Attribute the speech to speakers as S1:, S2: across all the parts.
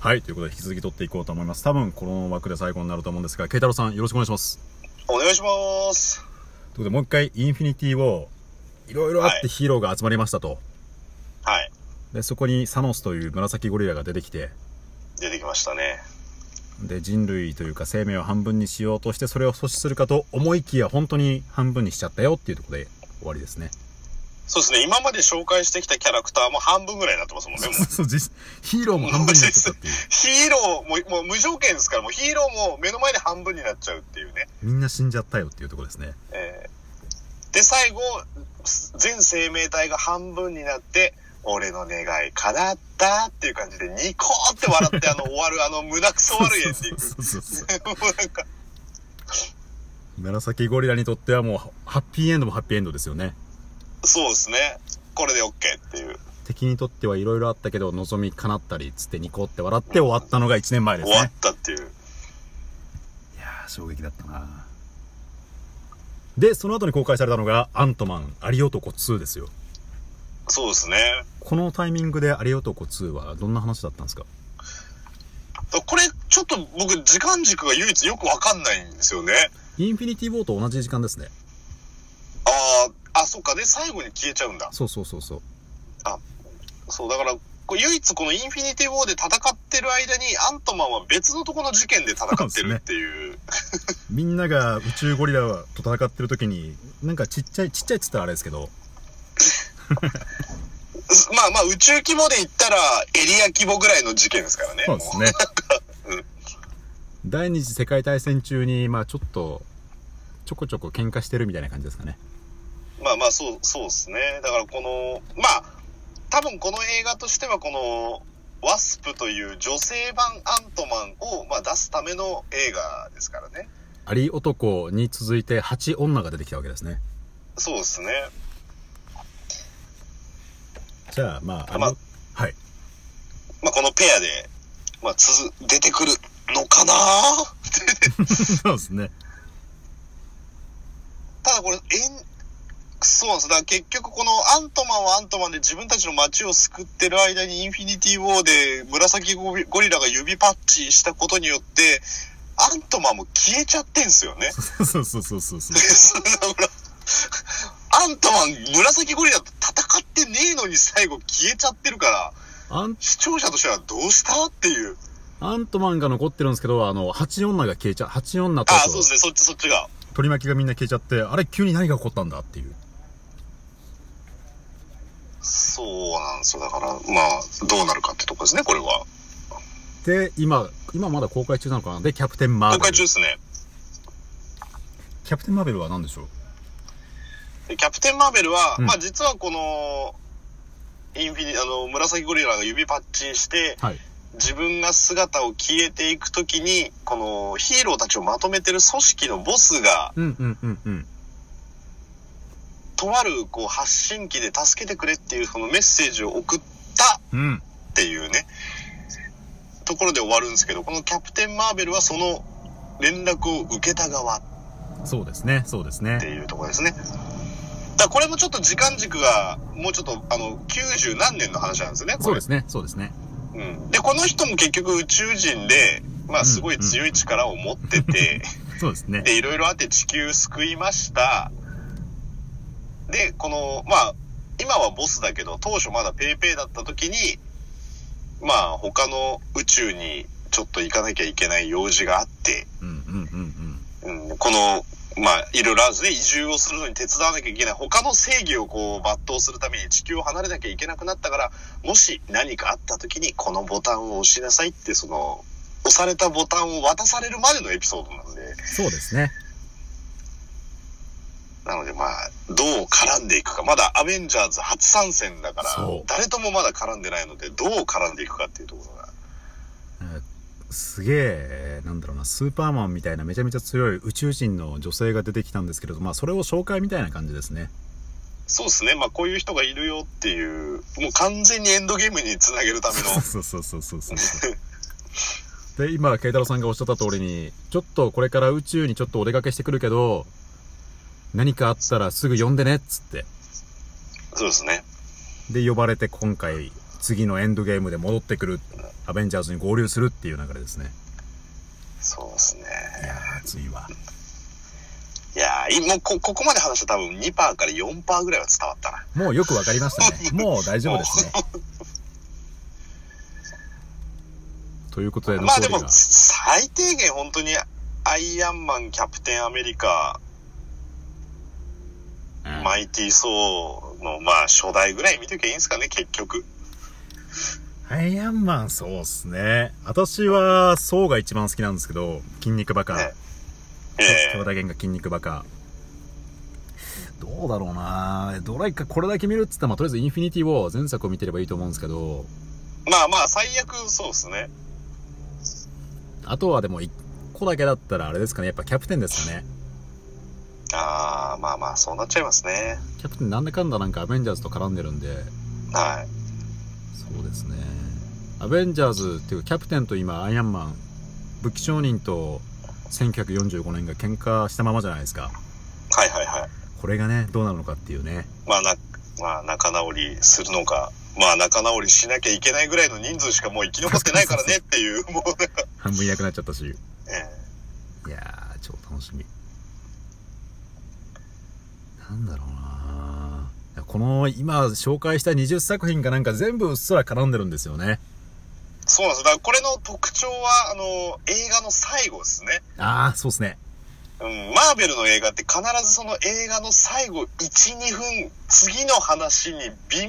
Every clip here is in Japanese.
S1: はい、ということで引き続き取っていこうと思います。多分この枠で最後になると思うんですが、慶太郎さんよろしくお願いします。
S2: お願いします。
S1: ということでもう一回インフィニティをいろいろあっ
S2: は
S1: てヒーローが集まりましたと。
S2: はい。
S1: で、そこにサノスという紫ゴリラが出てきて、
S2: 出てきましたね。
S1: で、人類というか生命を半分にしようとしてそれを阻止するかと思いきや本当に半分にしちゃったよっていうところで終わりですね。
S2: そうですね。今まで紹介してきたキャラクターも半分ぐらいになってますもんね。もう
S1: そう、実ヒーローも半分になっちゃったっていう。
S2: ヒーローも、もう無条件ですから、もうヒーローも目の前で半分になっちゃうっていうね。
S1: みんな死んじゃったよっていうところですね。
S2: えーで、最後、全生命体が半分になって、俺の願い叶ったっていう感じで、ニコーって笑って、あの、終わる、あの、胸くそ悪いエンディング。
S1: そうそうそう。
S2: もうなんか、
S1: 紫ゴリラにとってはもうハッピーエンドもハッピーエンドですよね
S2: そうですね。これで OK っていう。
S1: 敵にとってはいろいろあったけど望み叶ったりつってニコって笑って終わったのが1年前です
S2: 終わ
S1: ね
S2: ったっていう。
S1: いやー衝撃だったなでその後に公開されたのが「アントマンアリ男2」ですよ
S2: そうですね。
S1: このタイミングで「アリ男2」はどんな話だったんですか
S2: これ、ちょっと僕、時間軸が唯一よくわかんないんですよね。
S1: インフィニティ・ウォーと同じ時間ですね
S2: ああ、あ、そっか。で、最後に消えちゃうんだ。
S1: そうそうそうそう
S2: そう、だから、こう唯一このインフィニティ・ウォーで戦ってる間に、アントマンは別のとこの事件で戦ってるっていう。
S1: みんなが宇宙ゴリラと戦ってる時になんかちっちゃいちっちゃいっつったらあれですけど
S2: まあまあ、宇宙規模で言ったら、エリア規模ぐらいの事件ですからね。
S1: そうです
S2: も
S1: ね。 第二次世界大戦中に、まあちょっと、ちょこちょこ喧嘩してるみたいな感じですかね。
S2: うまあまあ、そう、そうですね。だから、この、まあ、多分この映画としては、この、ワスプという女性版アントマンを、まあ、出すための映画ですからね。
S1: アリ男に続いて8女が出てきたわけですね。
S2: そうですね。
S1: じゃあ、まあ、あ
S2: ま
S1: の、はい。
S2: まあ、このペアで、まあ、つづ、出てくるのかな
S1: そうですね。
S2: ただこれ、えん、そうなんです。だから結局このアントマンはアントマンで自分たちの街を救ってる間にインフィニティウォーで紫ゴリゴリラが指パッチしたことによって、アントマンも消えちゃってんすよね。
S1: そうそうそうそうそう。
S2: アントマン、紫ゴリラと戦ってねえのに最後消えちゃってるから、
S1: アン、
S2: 視聴者としてはどうしたっていう。
S1: アントマンが残ってるんですけど、あの、8女が消えちゃ、8女と
S2: あ
S1: あ
S2: あ、そう
S1: と
S2: ですね。そっち、そっちが。
S1: 取り巻きがみんな消えちゃって、あれ急に何が起こったんだっていう。
S2: そうなんですよ。だから、まあ、どうなるかってとこですね、これは。
S1: で、今、今まだ公開中なのかなで、キャプテン・マー
S2: 公
S1: ベ
S2: 開
S1: ル。
S2: 中ですね。
S1: キャプテン・マーベルは何でしょう
S2: でキャプテン・マーベルは、
S1: うん
S2: まあ実はこの、インフィニ、あの、紫ゴリラが指パッチンして、
S1: はい。
S2: 自分が姿を消えていくときに、このヒーローたちをまとめてる組織のボスが、
S1: うんうんうんうん。
S2: とあるこう発信機で助けてくれっていうそのメッセージを送った
S1: うん。
S2: っていうね、ところで終わるんですけど、このキャプテン・マーベルはその連絡を受けた側
S1: そうですね、そうですね
S2: っ。ていうところですね。だからこれもちょっと時間軸が、もうちょっと、あの、90何年の話なんですね、こ
S1: そう
S2: れ。
S1: ですね、そうですね。
S2: うん。で、この人も結局宇宙人で、まあすごい強い力を持っ てて、
S1: そうですね。
S2: で、いろいろあって地球救いました。で、この、まあ、今はボスだけど、当初まだペイペイだった時に、まあ他の宇宙にちょっと行かなきゃいけない用事があって、
S1: うんうんうんうん。
S2: うんこの、まあ、いろいろあるんですね。移住をするのに手伝わなきゃいけない。他の正義をこう、抜刀するために地球を離れなきゃいけなくなったから、もし何かあった時にこのボタンを押しなさいって、その、押されたボタンを渡されるまでのエピソードなんで、
S1: そうですね。
S2: なのでまあ、どう絡んでいくか。まだアベンジャーズ初参戦だから
S1: そう、
S2: 誰ともまだ絡んでないので、どう絡んでいくかっていうところが。
S1: えーすげえ、なんだろうな、スーパーマンみたいなめちゃめちゃ強い宇宙人の女性が出てきたんですけれど、まあそれを紹介みたいな感じですね。
S2: そうですね。まあ、こういう人がいるよっていう、もう完全にエンドゲームにつなげるため の、
S1: そうそうそうそうそうそう。で、今、慶太郎さんがおっしゃった通りに、ちょっとこれから宇宙にちょっとお出かけしてくるけど、何かあったらすぐ呼んでねっつって。
S2: そうですね。
S1: で、呼ばれて今回次のエンドゲームで戻ってくる、アベンジャーズに合流するっていう流れですね。
S2: そうですね。
S1: いやー、熱いわ。
S2: いやー、いもうこ、ここまで話したら多分2%から4%ぐらいは伝わったな。
S1: もうよくわかりました ね。もう大丈夫ですね。ということで、
S2: まあ
S1: 残
S2: で
S1: りが
S2: も、、最低限本当に、アイアンマン、キャプテンアメリカ、
S1: うん
S2: マイティー・ソーの、まあ、初代ぐらい見ときゃいいんですかね、結局。
S1: アイアンマン、そうっすね。私は、ソーが一番好きなんですけど、筋肉バカ。
S2: ねええ
S1: 京田源が筋肉バカ。どうだろうなどれか、これだけ見るっつったら、まあ、とりあえずインフィニティを前作を見てればいいと思うんですけど、
S2: まあまあ、最悪そうですね。
S1: あとはでも1個だけだったらあれですかね、やっぱキャプテンですかね。
S2: ああ、まあまあ、そうなっちゃいますね。
S1: キャプテンなんだかんだなんかアベンジャーズと絡んでるんで、
S2: はい。
S1: そうですね。アベンジャーズっていうかキャプテンと今アイアンマン、武器商人と1945年が喧嘩したままじゃないですか。
S2: はいはいはい。
S1: これがね、どうなるのかっていうね。
S2: まあ、な、まあ、仲直りするのか、まあ、仲直りしなきゃいけないぐらいの人数しかもう生き残ってないからねっていう、もうなんか、
S1: 半分いなくなっちゃったし。い
S2: ええ
S1: やー、超楽しみ。なんだろうないやこの今紹介した20作品がなんか全部うっすら絡んでるんですよね。
S2: そうなんです。だから、これの特徴は、あの、映画の最後ですね。
S1: あー、そうですね。
S2: うん、マーベルの映画って必ずその映画の最後1、2分、次の話に微妙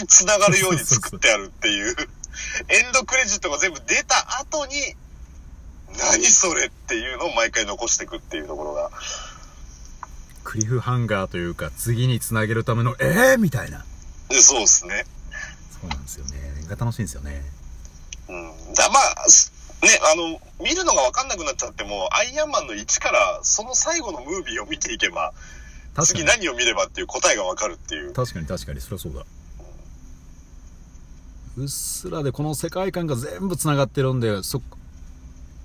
S2: に繋がるように作ってあるっていう、エンドクレジットが全部出た後に、何それっていうのを毎回残していくっていうところが、
S1: クリフハンガーというか次につなげるためのえーみたいな。
S2: でそうですね。
S1: そうなんですよね。が楽しいんですよね。
S2: うん。だまあ、すね、あの、見るのがわかんなくなっちゃっても、アイアンマンの1からその最後のムービーを見ていけば、
S1: 確か
S2: 次
S1: に。
S2: 何を見ればっていう答えがわかるっていう。
S1: 確かに確かに、そりゃそうだ。うっすらでこの世界観が全部つながってるんで、そ、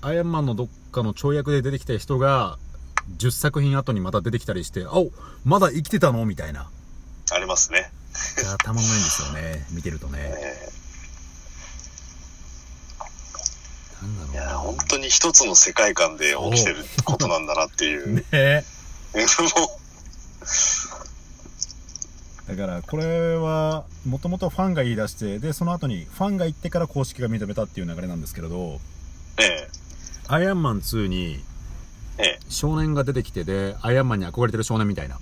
S1: アイアンマンのどっかの跳躍で出てきた人が、10作品後にまた出てきたりして、あおまだ生きてたのみたいな。
S2: ありますね。
S1: いや、たまんないんですよね。見てるとね。
S2: えー
S1: なん
S2: い
S1: だ
S2: やー
S1: ろ
S2: 本当に一つの世界観で起きてることなんだなっていうう。
S1: な。ねえ。
S2: もう
S1: だからこれはもともとファンが言い出してでその後にファンが言ってから公式が認めたっていう流れなんですけれど
S2: え
S1: アイアンマン2に
S2: え、え
S1: 少年が出てきてでアイアンマンに憧れてる少年みたいな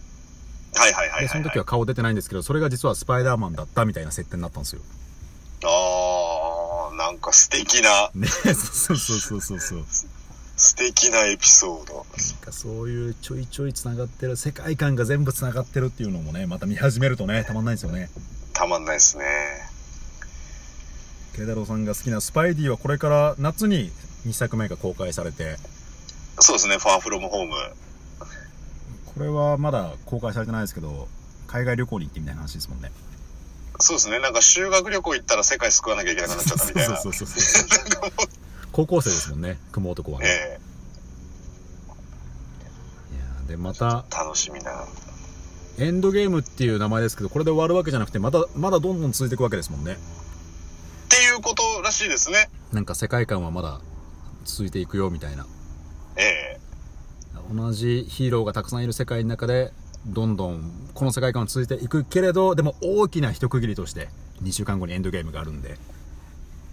S2: え、はいはいはいはい、
S1: でその時は顔出てないんですけどそれが実はスパイダーマンだったみたいな設定になったんですよ
S2: あー、なんか素敵な、
S1: ねそうそうそうそうそう
S2: 素敵なエピソード。
S1: なんかそういうちょいちょいつながってる世界観が全部つながってるっていうのもねまた見始めるとねたまんないんですよね
S2: たまんないですね。
S1: 慶太郎さんが好きなスパイディはこれから夏に2作目が公開されて
S2: そうですね、ファーフロムホーム。
S1: これはまだ公開されてないですけど海外旅行に行ってみたいな話ですもんね
S2: そうですね、なんか修学旅行行ったら世界救わなきゃいけなくなっちゃったみたい な。
S1: そうそうそうそう 高校生ですもんね雲男はね、
S2: え
S1: いやーでまた
S2: え、楽しみな。
S1: エンドゲームっていう名前ですけどこれで終わるわけじゃなくてまだまだどんどん続いていくわけですもんね
S2: っていうことらしいですね。
S1: なんか世界観はまだ続いていくよみたいな
S2: ええ、
S1: 同じヒーローがたくさんいる世界の中でどんどんこの世界観は続いていくけれどでも大きな一区切りとして2週間後にエンドゲームがあるんで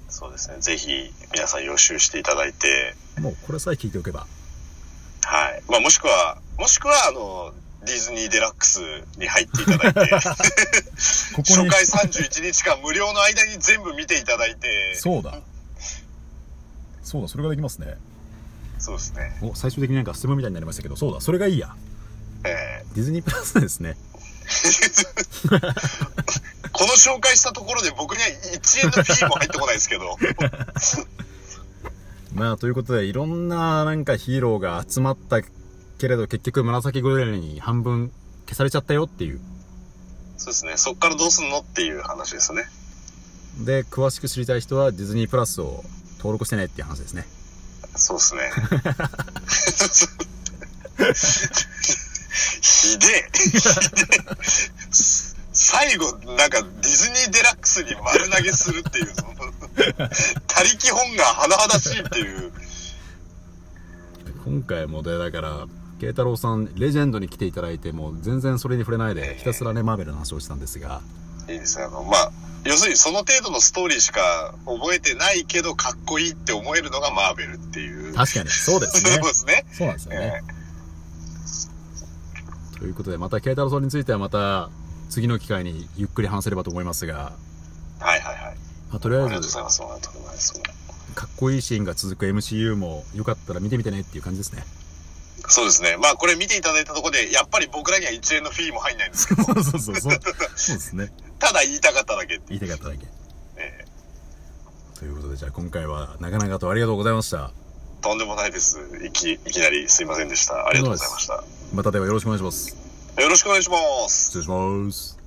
S2: そうですね、ぜひ皆さん予習していただいて、
S1: もうこれさえ聞いておけば
S2: はい。まあ、もしくは、もしくは、あの、ディズニーデラックスに入っていただ いて、
S1: ここ
S2: 初
S1: に
S2: 回31日間無料の間に全部見ていただいて、
S1: そうだそうだそれができますね
S2: そうですね。
S1: お最終的になんかステマみたいになりましたけどそうだそれがいいや
S2: え
S1: ディズニープラスですね
S2: ーこの紹介したところで僕には1円の P も入ってこないです けど、
S1: まあということでいろんななんかヒーローが集まったけれど結局紫グレーに半分消されちゃったよっていう
S2: そうですね。そっからどうすんのっていう話ですね。
S1: で詳しく知りたい人はディズニープラスを登録してねっていう話ですね
S2: そうですね。ひでえ。ひでえ。最後、なんか、ディズニーデラックスに丸投げするっていう、その、他力本が甚だしいっていう。
S1: 今回もでだから慶太郎さんレジェンドに来ていただいてもう全然それに触れないでひたすらねマーベルの話をしたんですが
S2: いいですね。あの、まあ、要するにその程度のストーリーしか覚えてないけど、かっこいいって思えるのがマーベルっていう。
S1: 確かにそうですね
S2: そうですね。
S1: そうなんですよね
S2: え
S1: ということでまた慶太郎さんについてはまた次の機会にゆっくり話せればと思いますが、
S2: えはいはいはい。
S1: まあ、とり
S2: あり
S1: あ
S2: がと
S1: え
S2: うご
S1: ず
S2: ざいます。ありがとうございます。
S1: かっこいいシーンが続く MCU もよかったら見てみてねっていう感じですね
S2: そうですね。まあ、これ見ていただいたところで、やっぱり僕らには1円のフィーも入んないんですけど、
S1: そうそうそうそうですね
S2: ただ言いたかっただけってい
S1: 言
S2: う。
S1: いたかっただけ
S2: え
S1: ということでじゃあ今回は長々とありがとうございました
S2: えとんでもないです。いき、いきなりすいませんでした。ありがとうございました。
S1: またではよろしくお願いします
S2: よろしくお願いします。
S1: 失礼します